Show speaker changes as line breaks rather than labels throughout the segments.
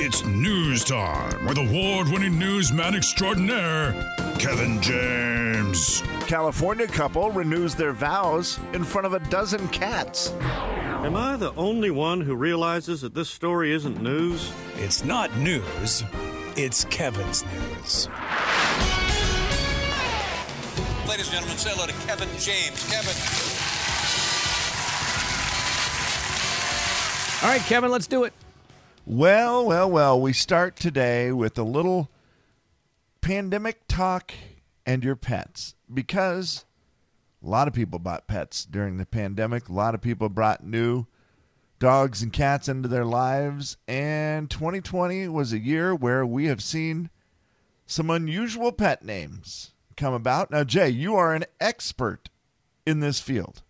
It's news time with award winning newsman extraordinaire, Kevin James.
California couple renews their vows in front of a dozen cats.
Am I the only one who realizes that this story isn't news?
It's not news, it's Kevin's news.
Ladies and gentlemen, say hello to Kevin James. Kevin.
All right, Kevin, let's do it.
Well, well, well, we start today with a little pandemic talk and your pets because a lot of people bought pets during the pandemic. A lot of people brought new dogs and cats into their lives. And 2020 was a year where we have seen some unusual pet names come about. Now, Jay, you are an expert in this field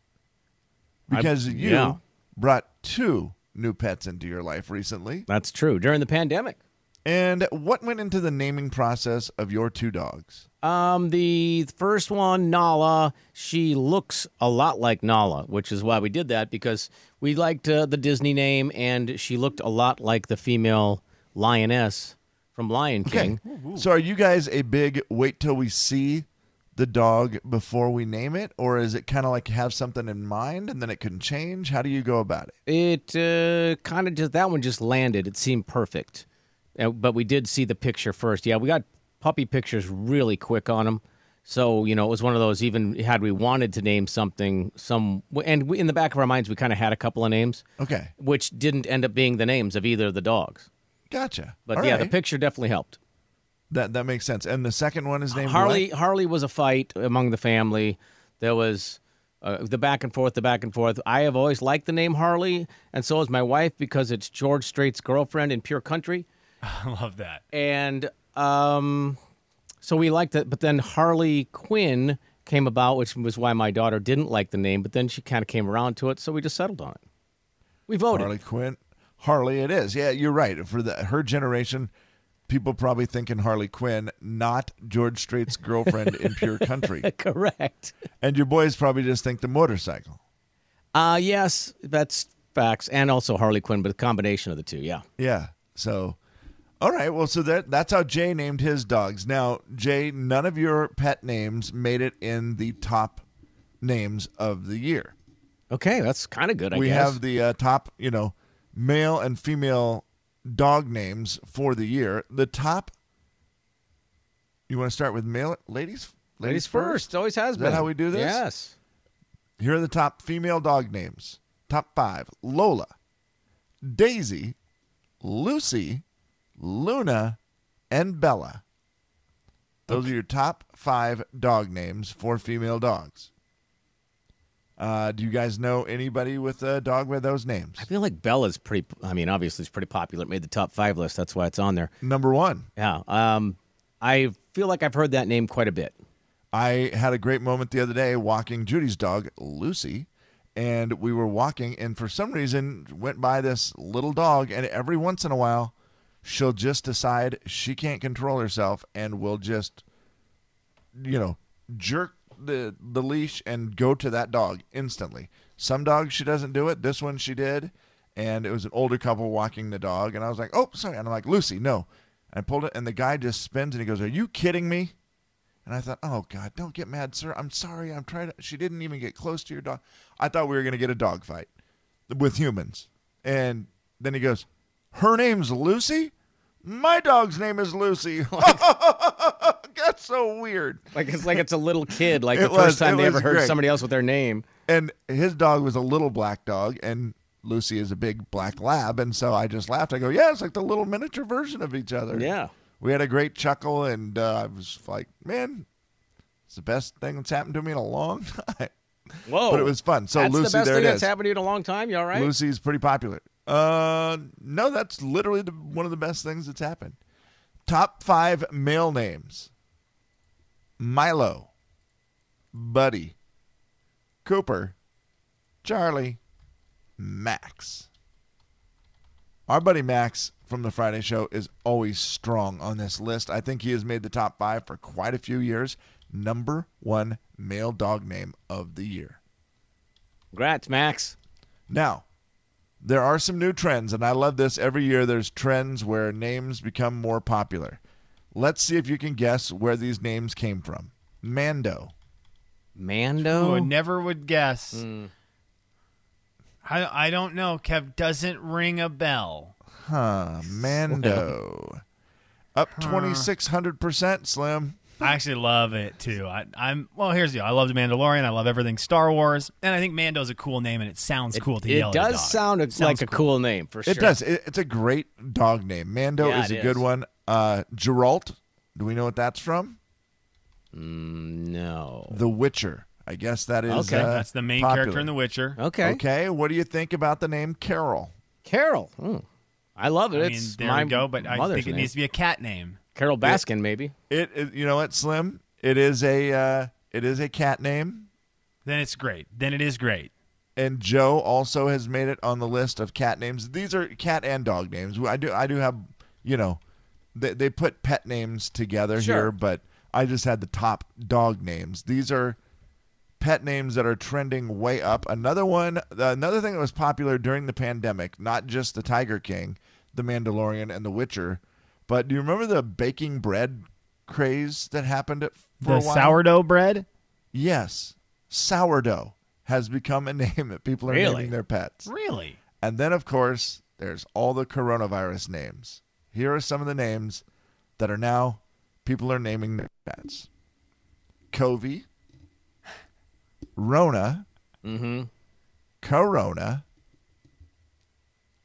because you
yeah.
brought two new pets into your life recently.
That's true. During the pandemic,
And what went into the naming process of your two dogs?
um, the first one, Nala, she looks a lot like Nala, which is why we did that because we liked uh, the Disney name, and she looked a lot like the female lioness from Lion King.
So are you guys a big wait till we see the dog before we name it or is it kind of like have something in mind and then it can change? How do you go about it?
It uh, kind of just that one just landed. It seemed perfect, Uh, but we did see the picture first. Yeah, we got puppy pictures really quick on them, so you know it was one of those. Even had we wanted to name something, some and we, in the back of our minds we kind of had a couple of names,
Okay.
which didn't end up being the names of either of the dogs.
Gotcha.
But
All
yeah, the
right.
picture definitely helped.
that that makes sense. And the second one is named
Harley
what?
Harley was a fight among the family. There was uh, the back and forth, the back and forth. I have always liked the name Harley, and so has my wife because it's George Strait's girlfriend in Pure Country,
I love that.
and um, so we liked it. But then Harley Quinn came about, which was why my daughter didn't like the name. But then she kind of came around to it, so we just settled on it. We voted.
Harley Quinn. Harley it is. Yeah, you're right. For the her generation people probably thinking Harley Quinn, not George Strait's girlfriend in Pure Country.
Correct.
And your boys probably just think the motorcycle.
Uh, yes, that's facts, and also Harley Quinn, but a combination of the two. Yeah.
Yeah. So, all right. Well, so that that's how Jay named his dogs. Now, Jay, none of your pet names made it in the top names of the year.
Okay, that's kind of good. I
we
guess.
have the uh, top, you know, male and female dog names for the year. The top. You want to start with male, ladies,
Ladies first. Always has
Is that
been.
how we do this?
Yes.
Here are the top female dog names. Top five Lola, Daisy, Lucy, Luna, and Bella. Those are your top five dog names for female dogs. Uh, do you guys know anybody with a dog by those names?
I feel like Bella's pretty. I mean, obviously, it's pretty popular. It made the top five list. That's why it's on there.
Number one,
Yeah. Um, I feel like I've heard that name quite a bit.
I had a great moment the other day walking Judy's dog, Lucy, and we were walking, and for some reason went by this little dog, and every once in a while, she'll just decide she can't control herself and will just, you know, jerk the the leash and go to that dog instantly. Some dogs she doesn't do it. This one she did, and it was an older couple walking the dog, and I was like, "Oh, sorry," and I'm like, "Lucy, no." I pulled it, and the guy just spins and he goes, "Are you kidding me?" And I thought, oh God, don't get mad, sir. I'm sorry. I'm trying to. She didn't even get close to your dog. I thought we were going to get a dog fight with humans. And then he goes, her name's Lucy? My dog's name is Lucy. That's so weird.
Like it's like it's a little kid. Like
It
the
was-
first time
it
they ever
was
heard
great.
somebody else with their name.
And his dog was a little black dog, and Lucy is a big black lab. And so I just laughed. I go, yeah, it's like the little miniature version of each other.
Yeah.
We had a great chuckle, and uh, I was like, man, it's the best thing that's happened to me in a long time.
Whoa.
But it was fun. So
Oh, that's
Lucy,
the best
there
thing
it is.
that's happened to you in a long time. You all right?
Lucy's pretty popular. Uh, no, that's literally the, one of the best things that's happened. Top five male names: Milo, Buddy, Cooper, Charlie, Max. Our buddy Max from the Friday Show is always strong on this list. I think he has made the top five for quite a few years. Number one male dog name of the year.
Congrats, Max.
Now, There are some new trends, and I love this. Every year there's trends where names become more popular. Let's see if you can guess where these names came from. Mando.
Mando.
Ooh,
Oh.
I never would guess.
Mm.
I, I don't know. Kev doesn't ring a bell.
Huh. Uh, Mando. Up 2,600%, Slim.
I actually love it too. I, I'm well. Here's the. deal. I love the Mandalorian. I love everything Star Wars, and I think Mando's a cool name, and it sounds
It-
cool to
it
yell. at a
does
dog.
sound a,
Sounds
like a cool, name for sure.
It does. It, it's a great dog name. Mando
Yeah,
is
it
a good
is.
one. Uh, Geralt. Do we know what that's from?
No.
The Witcher. I guess that is.
Okay.
uh,
That's the main
popular.
character in The Witcher.
Okay.
Okay. What do you think about the name Carol?
Carol. Hmm. I love it.
I mean,
it's
there
my
we go. But I
mother's
think it
name.
needs to be a cat name.
Carol Baskin, maybe.
It, it- You know what, Slim? It is a. Uh, it is a cat name.
Then it's great. Then it is great.
And Joe also has made it on the list of cat names. These are cat and dog names. I do. I do have. You know, they they put pet names together
Sure.
here, but I just had the top dog names. These are pet names that are trending way up. Another one, another thing that was popular during the pandemic, not just the Tiger King, the Mandalorian, and the Witcher, but do you remember the baking bread craze that happened at- for a
the
while?
sourdough bread.
yes, sourdough has become a name that people are
Really?
naming their pets.
Really?
And then, of course, there's all the coronavirus names. Here are some of the names that are now people are naming their pets: Covey, Rona,
Mm-hmm.
Corona.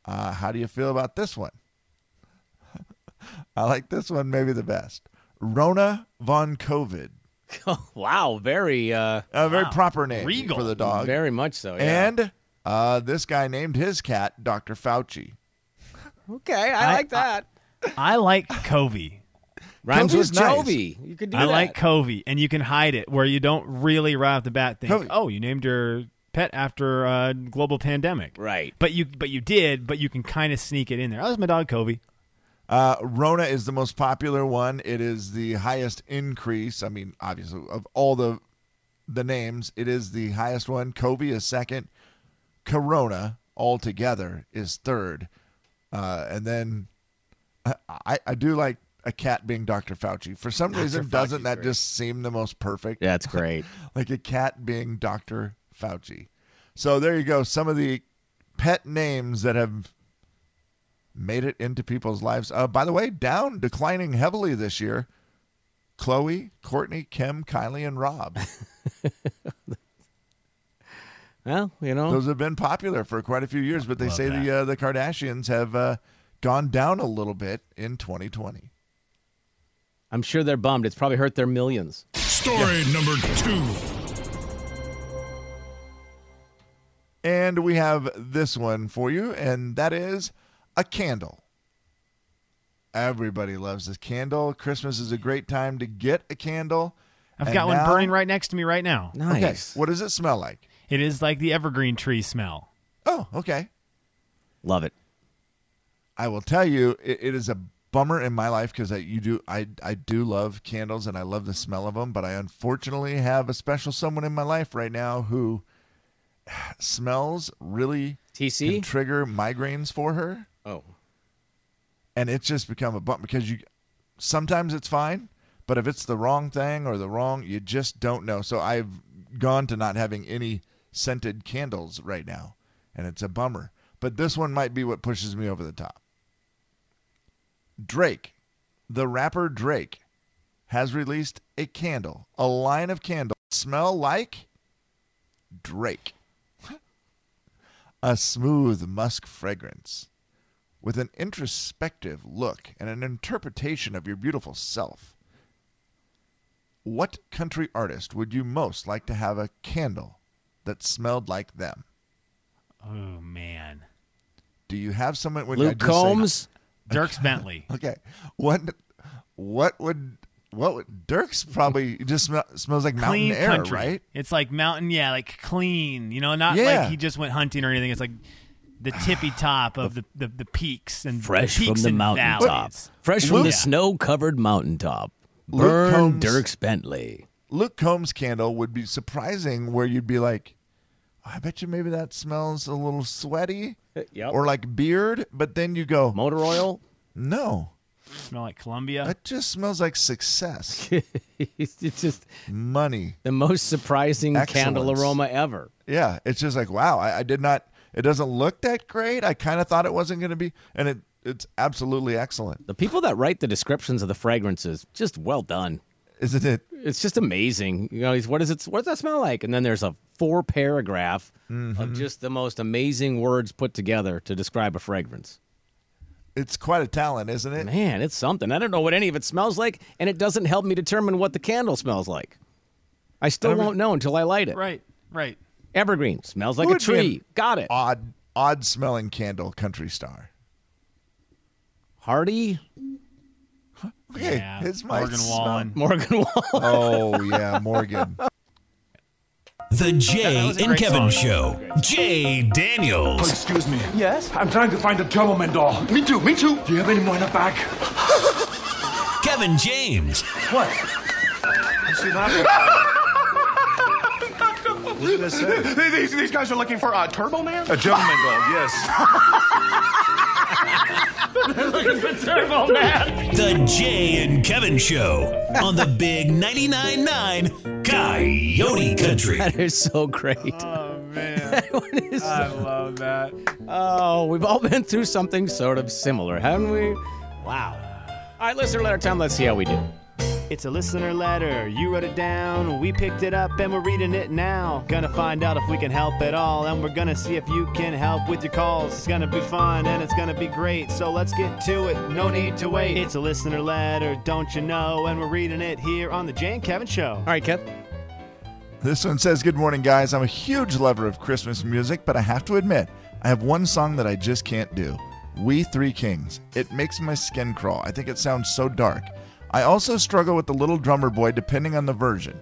Uh, how do you feel about this one? I like this one maybe the best. Rona von COVID,
wow. Very, uh,
a very proper name
Regal.
for the dog.
very much so. Yeah.
And uh, this guy named his cat Dr. Fauci.
okay. I,
I-
like that.
I like Covey.
Rhymes
Kobe's
with
nice.
Jovi. You could do
I
that.
like Covey, and you can hide it where you don't really right off the bat think,
Covey.
"Oh, you named your pet after a global pandemic."
Right.
But you, but you did, but you can kind of sneak it in there. Oh, that's my dog Covey.
Uh, Rona is the most popular one. It is the highest increase. I mean, obviously, of all the the names, it is the highest one. Kobe is second. Corona altogether is third. Uh, and then I, I, I do like a cat being Dr. Fauci. For some reason, doesn't that just seem the most perfect?
That's great.
like a cat being Dr. Fauci. So there you go. Some of the pet names that have made it into people's lives. Uh, by the way, down, declining heavily this year. Chloe, Courtney, Kim, Kylie, and Rob.
well, you know.
Those have been popular for quite a few years, but they
Love
say
that.
the uh, the Kardashians have uh, gone down a little bit in 2020.
I'm sure they're bummed. It's probably hurt their millions.
Story number two.
And we have this one for you, and that is a candle. Everybody loves this candle. Christmas is a great time to get a candle.
I've
And
got
now-
one burning right next to me right now.
Okay,
Nice.
what does it smell like?
It is like the evergreen tree smell.
Oh, okay.
Love it.
I will tell you, it, it is a bummer in my life because I you do I I do love candles and I love the smell of them, but I unfortunately have a special someone in my life right now who smells really
TC?
can trigger migraines for her.
Oh.
and it's just become a bump because you sometimes it's fine, but if it's the wrong thing or the wrong, you just don't know. So I've gone to not having any scented candles right now, and it's a bummer. But this one might be what pushes me over the top. Drake, the rapper Drake, has released a candle, a line of candles that smell like Drake. a smooth musk fragrance with an introspective look and an interpretation of your beautiful self. What country artist would you most like to have a candle that smelled like them?
Oh man,
Do you have someone? When I
Luke
just say-
Combs?
Dirks Bentley.
okay. What? What would? What would? Dirk's probably just smell, smells like
Clean
mountain air,
country.
right?
It's like mountain, yeah, like clean. You know, not
Yeah.
like he just went hunting or anything. It's like the tippy top of the, the, the peaks and
Fresh
peaks
from the
and
mountaintop.
valleys.
Fresh from
Luke-
the
Yeah.
snow covered mountaintop.
Luke
Burn
Combs-
Dirks Bentley.
Luke Combs candle would be surprising, where you'd be like, "Oh, I bet you maybe that smells a little sweaty
Uh, Yep.
or like beard, but then you go,
motor oil.
no,
Smell like Columbia.
that just smells like success,
it's just
money.
the most surprising candle
Excellence.
aroma ever.
Yeah, it's just like wow, I, I did not. It doesn't look that great. I kind of thought it wasn't going to be, and it it's absolutely excellent,
The people that write the descriptions of the fragrances, just well done.
isn't it?
It's just amazing. You know, he's, what is it? What does that smell like? And then there's a four paragraph of just the most amazing words put together to describe a fragrance.
It's quite a talent, isn't it?
Man, it's something. I don't know what any of it smells like, and it doesn't help me determine what the candle smells like. I still won't know until I light it.
Right, right.
Evergreen smells like
Would
a
be
tree.
an
Got it.
Odd, odd smelling candle, country star.
Hardy,
Okay,
yeah.
his mic
Morgan
smell-
Wallen.
Morgan Wall.
Oh yeah, Morgan.
The Jay
was a
and
great
Kevin
song.
Show. Jay Daniels.
Excuse me. Yes? I'm trying to find the German doll. Me too, me too. Do you have anyone in the back?
Kevin James.
What?
These, these guys are looking for uh, Turbo Man?
A gentleman doll, yes.
The Jay and Kevin Show on the big 99.9 9 Coyote Country.
That is so great.
Oh man, I love that.
Oh, we've all been through something sort of similar, haven't we? Wow. All right, listener letter time. Let's see how we do.
It's a listener letter. You wrote it down, we picked it up, and we're reading it now. Gonna find out if we can help at all, and we're gonna see if you can help with your calls. It's gonna be fun and it's gonna be great, so let's get to it. No need to wait. It's a listener letter, don't you know? And we're reading it here on the Jane Kevin Show.
All right, Kev.
This one says, Good morning, guys. I'm a huge lover of Christmas music, but I have to admit, I have one song that I just can't do We Three Kings. It makes my skin crawl. I think it sounds so dark. I also struggle with the little drummer boy depending on the version.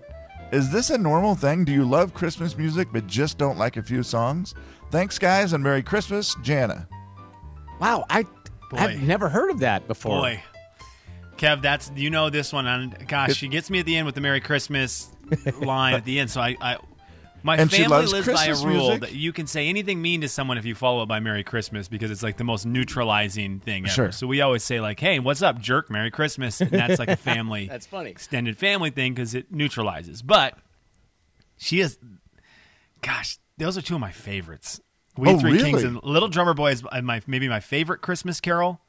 Is this a normal thing? Do you love Christmas music but just don't like a few songs? Thanks, guys, and Merry Christmas, Jana.
Wow, I I've
Boy.
never heard of that before.
Boy, Kev, that's you know this one. And gosh, she gets me at the end with the "Merry Christmas" line at the end. So I, I my
And she
family
loves
lives
Christmas
by a rule
music?
that you can say anything mean to someone if you follow it by "Merry Christmas" because it's like the most neutralizing thing ever.
Sure.
So we always say like, "Hey, what's up, jerk? Merry Christmas," and that's like a family.
That's funny.
extended family thing because it neutralizes. But she is, gosh, those are two of my favorites. We
Oh,
Three
really?
Kings and Little Drummer Boy is my maybe my favorite Christmas carol,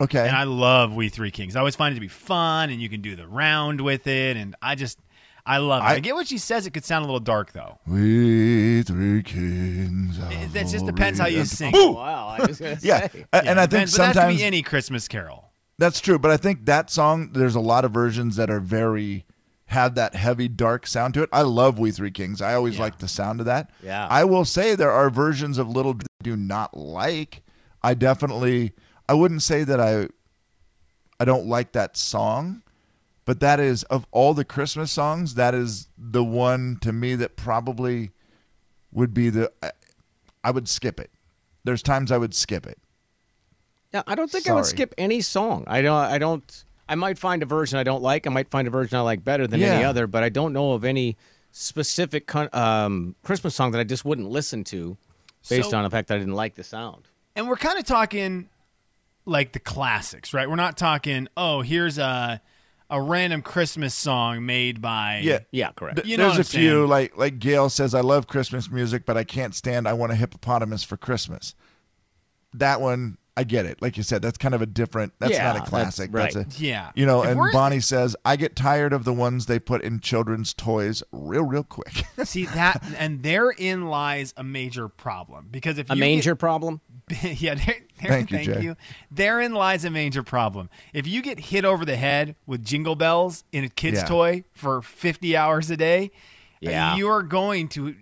Okay.
and I love We Three Kings. I always find it to be fun, and you can do the round with it, and I just I love it. I,
I-
get what she says. It could sound a little dark though.
we Three Kings.
It, that just depends how you sing.
Wow, I was gonna
Yeah.
say.
a- And I think
Depends- but that could
sometimes
be any Christmas carol.
That's true, but I think that song. There's a lot of versions that are very have that heavy dark sound to it. I love We Three Kings. I always like the sound of that.
Yeah.
I will say there are versions of Little Dr- I do not like. I definitely. I wouldn't say that I. I don't like that song, but that is of all the Christmas songs, that is the one to me that probably would be the. I, I would skip it. There's times I would skip it.
Yeah, I don't think I would
Sorry.
skip any song. I don't. I don't. I might find a version I don't like. I might find a version I like better than any
Yeah.
other. But I don't know of any specific con- um, Christmas song that I just wouldn't listen to, based
So-
on the fact that I didn't like the sound.
and we're kind of talking like the classics, right? We're not talking, oh, here's a a random Christmas song made by
Yeah.
Yeah, correct.
Th-
You know
There's
what
a
I'm
few
saying.
like like Gail says, I love Christmas music, but I can't stand. I want a hippopotamus for Christmas. That one, I get it. Like you said, that's kind of a different. That's
Yeah,
not a
that's
classic.
right.
a
Yeah.
You know,
If
and
we're-
Bonnie says, I get tired of the ones they put in children's toys real, real quick.
See that, and therein lies a major problem because if
a
you
manger problem.
get, yeah, there, there-
Thank
thank,
you,
you,
Jay.
Therein lies a major problem. If you get hit over the head with jingle bells in a kid's
Yeah.
toy for fifty hours a day,
Yeah.
you are going to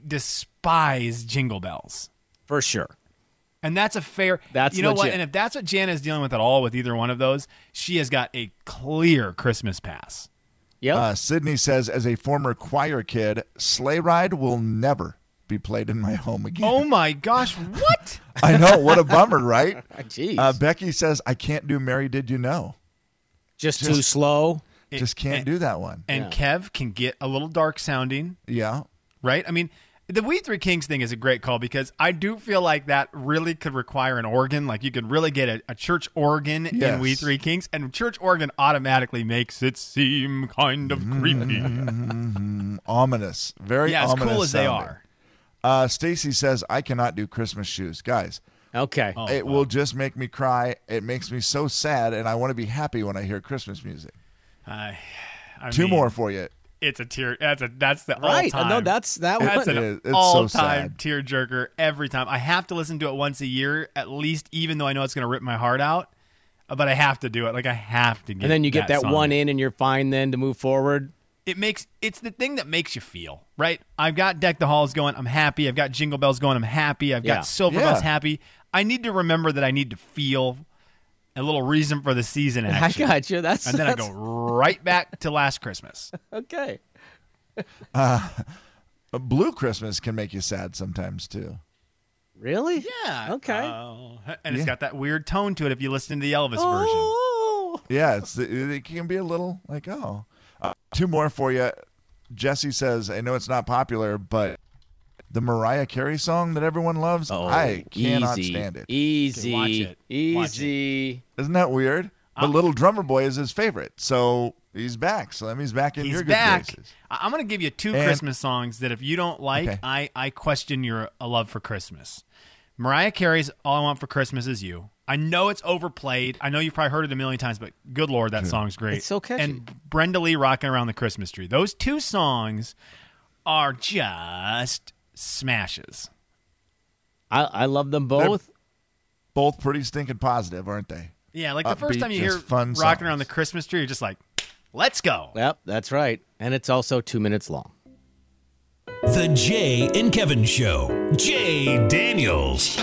despise jingle bells.
For sure.
And that's a fair.
That's
you know what.
legit.
And if that's what Jana is dealing with at all with either one of those, she has got a clear Christmas pass. Oh.
Yep.
Uh, Sydney says, as a former choir kid, sleigh ride will never be played in my home again.
Oh my gosh! What?
I know. What a bummer, right?
Jeez.
Uh, Becky says, I can't do Mary Did You Know.
just, too slow.
Eh,
Just can't do that one.
And Kev can get a little dark sounding,
Yeah.
right? I mean, The We Three Kings thing is a great call because I do feel like that really could require an organ. Like you could really get a, a church organ in We
Yes.
Three Kings, and church organ automatically makes it seem kind of creepy.
ominous. Mm. Very
yeah, as
ominous
cool as they
sounding.
are.
Uh, Stacy says I cannot do Christmas shoes, guys.
Okay.
Oh,
it will just make me cry. It makes me so sad, and I want to be happy when I hear Christmas music.
I- I
Two
mean,
more Uh, for you.
It's a tear. That's a that's the
Right.
all time.
No, that's that
That's
one.
it is.
an
It's so
all-time
sad.
tear tearjerker every time. I have to listen to it once a year at least, even though I know it's going to rip my heart out. uh, But I have to do it. Like I have to get.
And then you get that,
song
one in, and you're fine then to move forward.
It makes it's the thing that makes you feel right. I've got deck the halls going. I'm happy. I've got jingle bells going. I'm happy. I've
Yeah.
got silver
Yeah.
bells happy. I need to remember that I need to feel a little reason for the season action.
I got you. That's
and then I
that's,
go right back to last Christmas.
Okay.
A blue Christmas can make you sad sometimes too.
Really?
Yeah.
Okay.
Oh, and it's got that weird tone to it if you listen to the Elvis version.
Oh.
Yeah, it's it can be a little like oh. Uh, two more for you. Jesse says I know it's not popular, but the Mariah Carey song that everyone loves,
Oh,
I cannot
easy,
stand it.
Easy.
Okay, watch it. Watch it.
Easy.
Isn't that weird? But Little Drummer Boy is his favorite, so he's back. So that means back in
He's
your
back.
good graces.
I- I'm going to give you two
And-
Christmas songs that if you don't like,
Okay.
I, I question your a love for Christmas. Mariah Carey's All I Want for Christmas Is You. I know it's overplayed. I know you've probably heard it a million times, but good lord, that song's great.
It's so catchy.
And Brenda Lee Rocking Around the Christmas Tree. Those two songs are just smashes.
I, I love them both.
Both pretty stinking positive, aren't they?
Yeah, like the first
Upbeat,
time you hear
just fun
Rocking Around the
songs.
Christmas Tree, you're just like, let's go.
Yep, that's right. And it's also two minutes long.
The Jay and Kevin Show. Jay Daniels.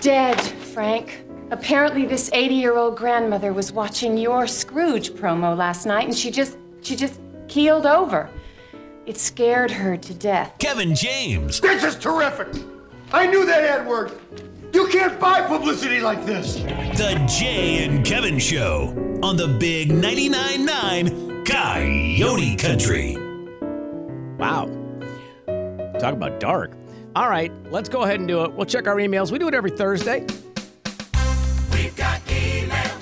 Dead, Frank. Apparently, this 80-year-old grandmother was watching your Scrooge promo last night, and she just she just keeled over. It scared her to death.
Kevin James.
This is terrific. I knew that ad worked. You can't buy publicity like this.
The Jay and Kevin Show on the Big 99.9 9 Coyote Country.
Wow. Talk about dark. All right, let's go ahead and do it. We'll check our emails. We do it every Thursday.
We've got email.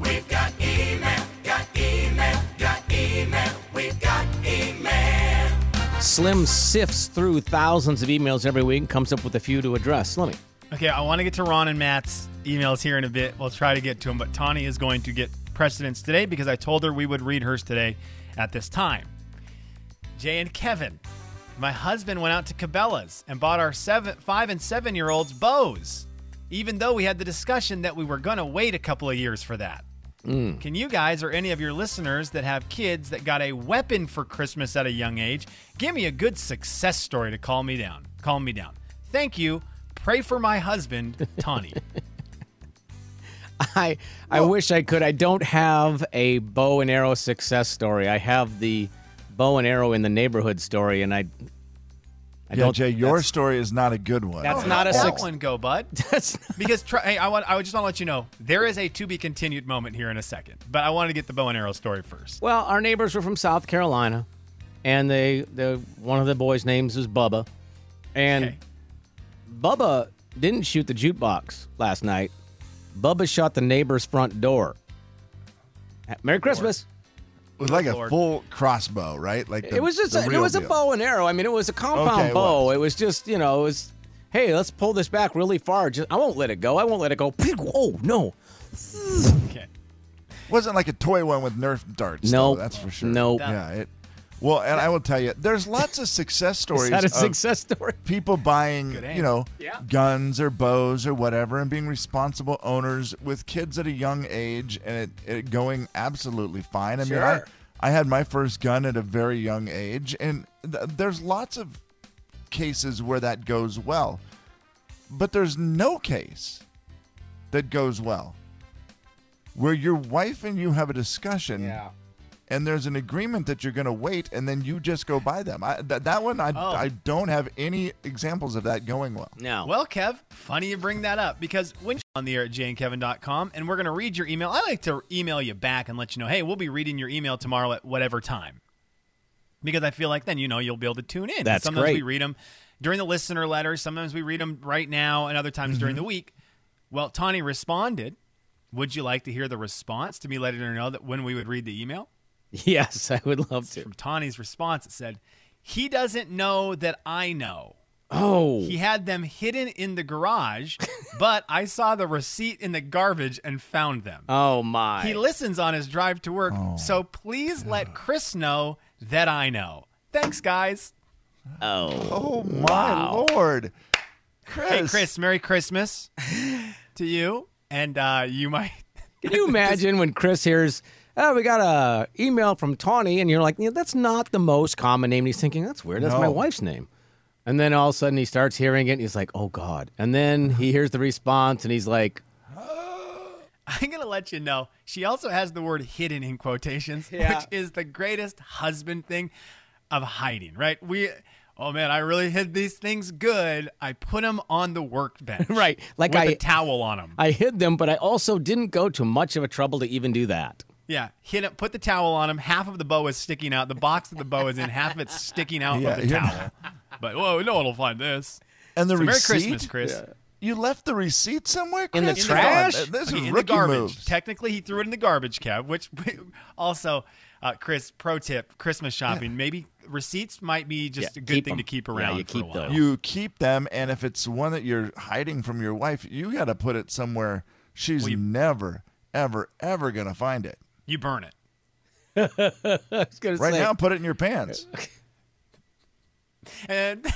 We've got email. Got email. Got email. We've got email.
Slim sifts through thousands of emails every week and comes up with a few to address. Let me.
Okay, I want to get to Ron and Matt's emails here in a bit. We'll try to get to them, but Tawny is going to get precedence today because I told her we would read hers today at this time. Jay and Kevin, my husband went out to Cabela's and bought our seven, five and seven year olds bows, even though we had the discussion that we were going to wait a couple of years for that. Can you guys or any of your listeners that have kids that got a weapon for Christmas at a young age give me a good success story to calm me down? Calm me down. Thank you. Pray for my husband, Tawny.
I I wish I could. I don't have a bow and arrow success story. I have the bow and arrow in the neighborhood story, and I. I
yeah,
don't, Oh,
Jay, your story is not a good one.
That's
How'd
not a
that
success.
one go, bud.
That's not-
Because try, hey, I want I just want to let you know there is a to be continued moment here in a second, but I want to get the bow and arrow story first.
Well, our neighbors were from South Carolina, and they the one of the boys' names was Bubba, and
Okay.
Bubba didn't shoot the jukebox last night. Bubba shot the neighbor's front door. Merry Christmas.
With like a
Lord.
full crossbow, right? Like the,
it was just
the
a, it
real
was a
deal.
bow and arrow. I mean, it was a compound
Okay, it
bow.
was.
It was just you know it was. Hey, let's pull this back really far. Just I won't let it go. I won't let it go. Oh no,
Okay.
wasn't like a toy one with Nerf darts.
Nope.
though, that's for sure.
Nope.
Yeah. It, well, and I will tell you, there's lots of success stories.
is that a
of
success story?
People buying,
Good aim.
you know,
Yeah.
guns or bows or whatever, and being responsible owners with kids at a young age, and it, it going absolutely fine. I mean,
Sure.
I, I had my first gun at a very young age, and th- there's lots of cases where that goes well, but there's no case that goes well where your wife and you have a discussion and there's an agreement that you're going to wait and then you just go buy them. I, th- that one, I,
Oh.
I don't have any examples of that going well.
No.
Well, Kev, funny you bring that up because when you're on the air at janenkevin.com and we're going to read your email, I like to email you back and let you know, hey, we'll be reading your email tomorrow at whatever time. Because I feel like then you know you'll be able to tune in.
That's
Sometimes we
great.
read them during the listener letters. Sometimes we read them right now, and other times during
Mm-hmm.
the week. Well, Tawny responded. Would you like to hear the response to me letting her know that when we would read the email?
Yes, I would love to.
From Tawny's response, it said, He doesn't know that I know.
Oh.
He had them hidden in the garage, but I saw the receipt in the garbage and found them.
Oh my.
He listens on his drive to work, so please let Chris know that I know. Thanks, guys.
Oh.
Oh my lord, Chris!
Hey, Chris, Merry Christmas to you. And uh, you might.
Can you imagine when Chris hears, "Oh, we got a email from Tawny," and you're like, "Yeah, "That's not the most common name." And he's thinking, "That's weird. That's my
No.
wife's name." And then all of a sudden he starts hearing it, and he's like, "Oh God!" And then he hears the response, and he's like,
I'm going to let you know. She also has the word hidden in quotations, which is the greatest husband thing of hiding, right? We, oh man, I really hid these things good. I put them on the workbench.
"Right, like
With a
I,
towel on them.
I hid them, but I also didn't go to much of a trouble to even do that."
Yeah, hit it, put the towel on him. Half of the bow is sticking out. The box that the bow is in, half of it's sticking out
Yeah,
of the
you're
towel. But whoa, no one will find this.
and the
So Merry
receipt.
Christmas, Chris.
You left the receipt somewhere, Chris?
In the
Come on,
trash?
th- This
Okay,
is
in the
rookie
garbage.
moves.
Technically, he threw it in the garbage, Kev. Which also, uh, Chris, pro tip: Christmas shopping, maybe receipts might be just
Yeah,
a good
keep
thing
'em.
to keep
Yeah,
around.
you
for a
keep
while.
those.
you keep them, and if it's one that you're hiding from your wife, you got to put it somewhere she's never, ever, ever gonna find it.
You burn it.
I was gonna
Right
say,
now, put it in your pants.
And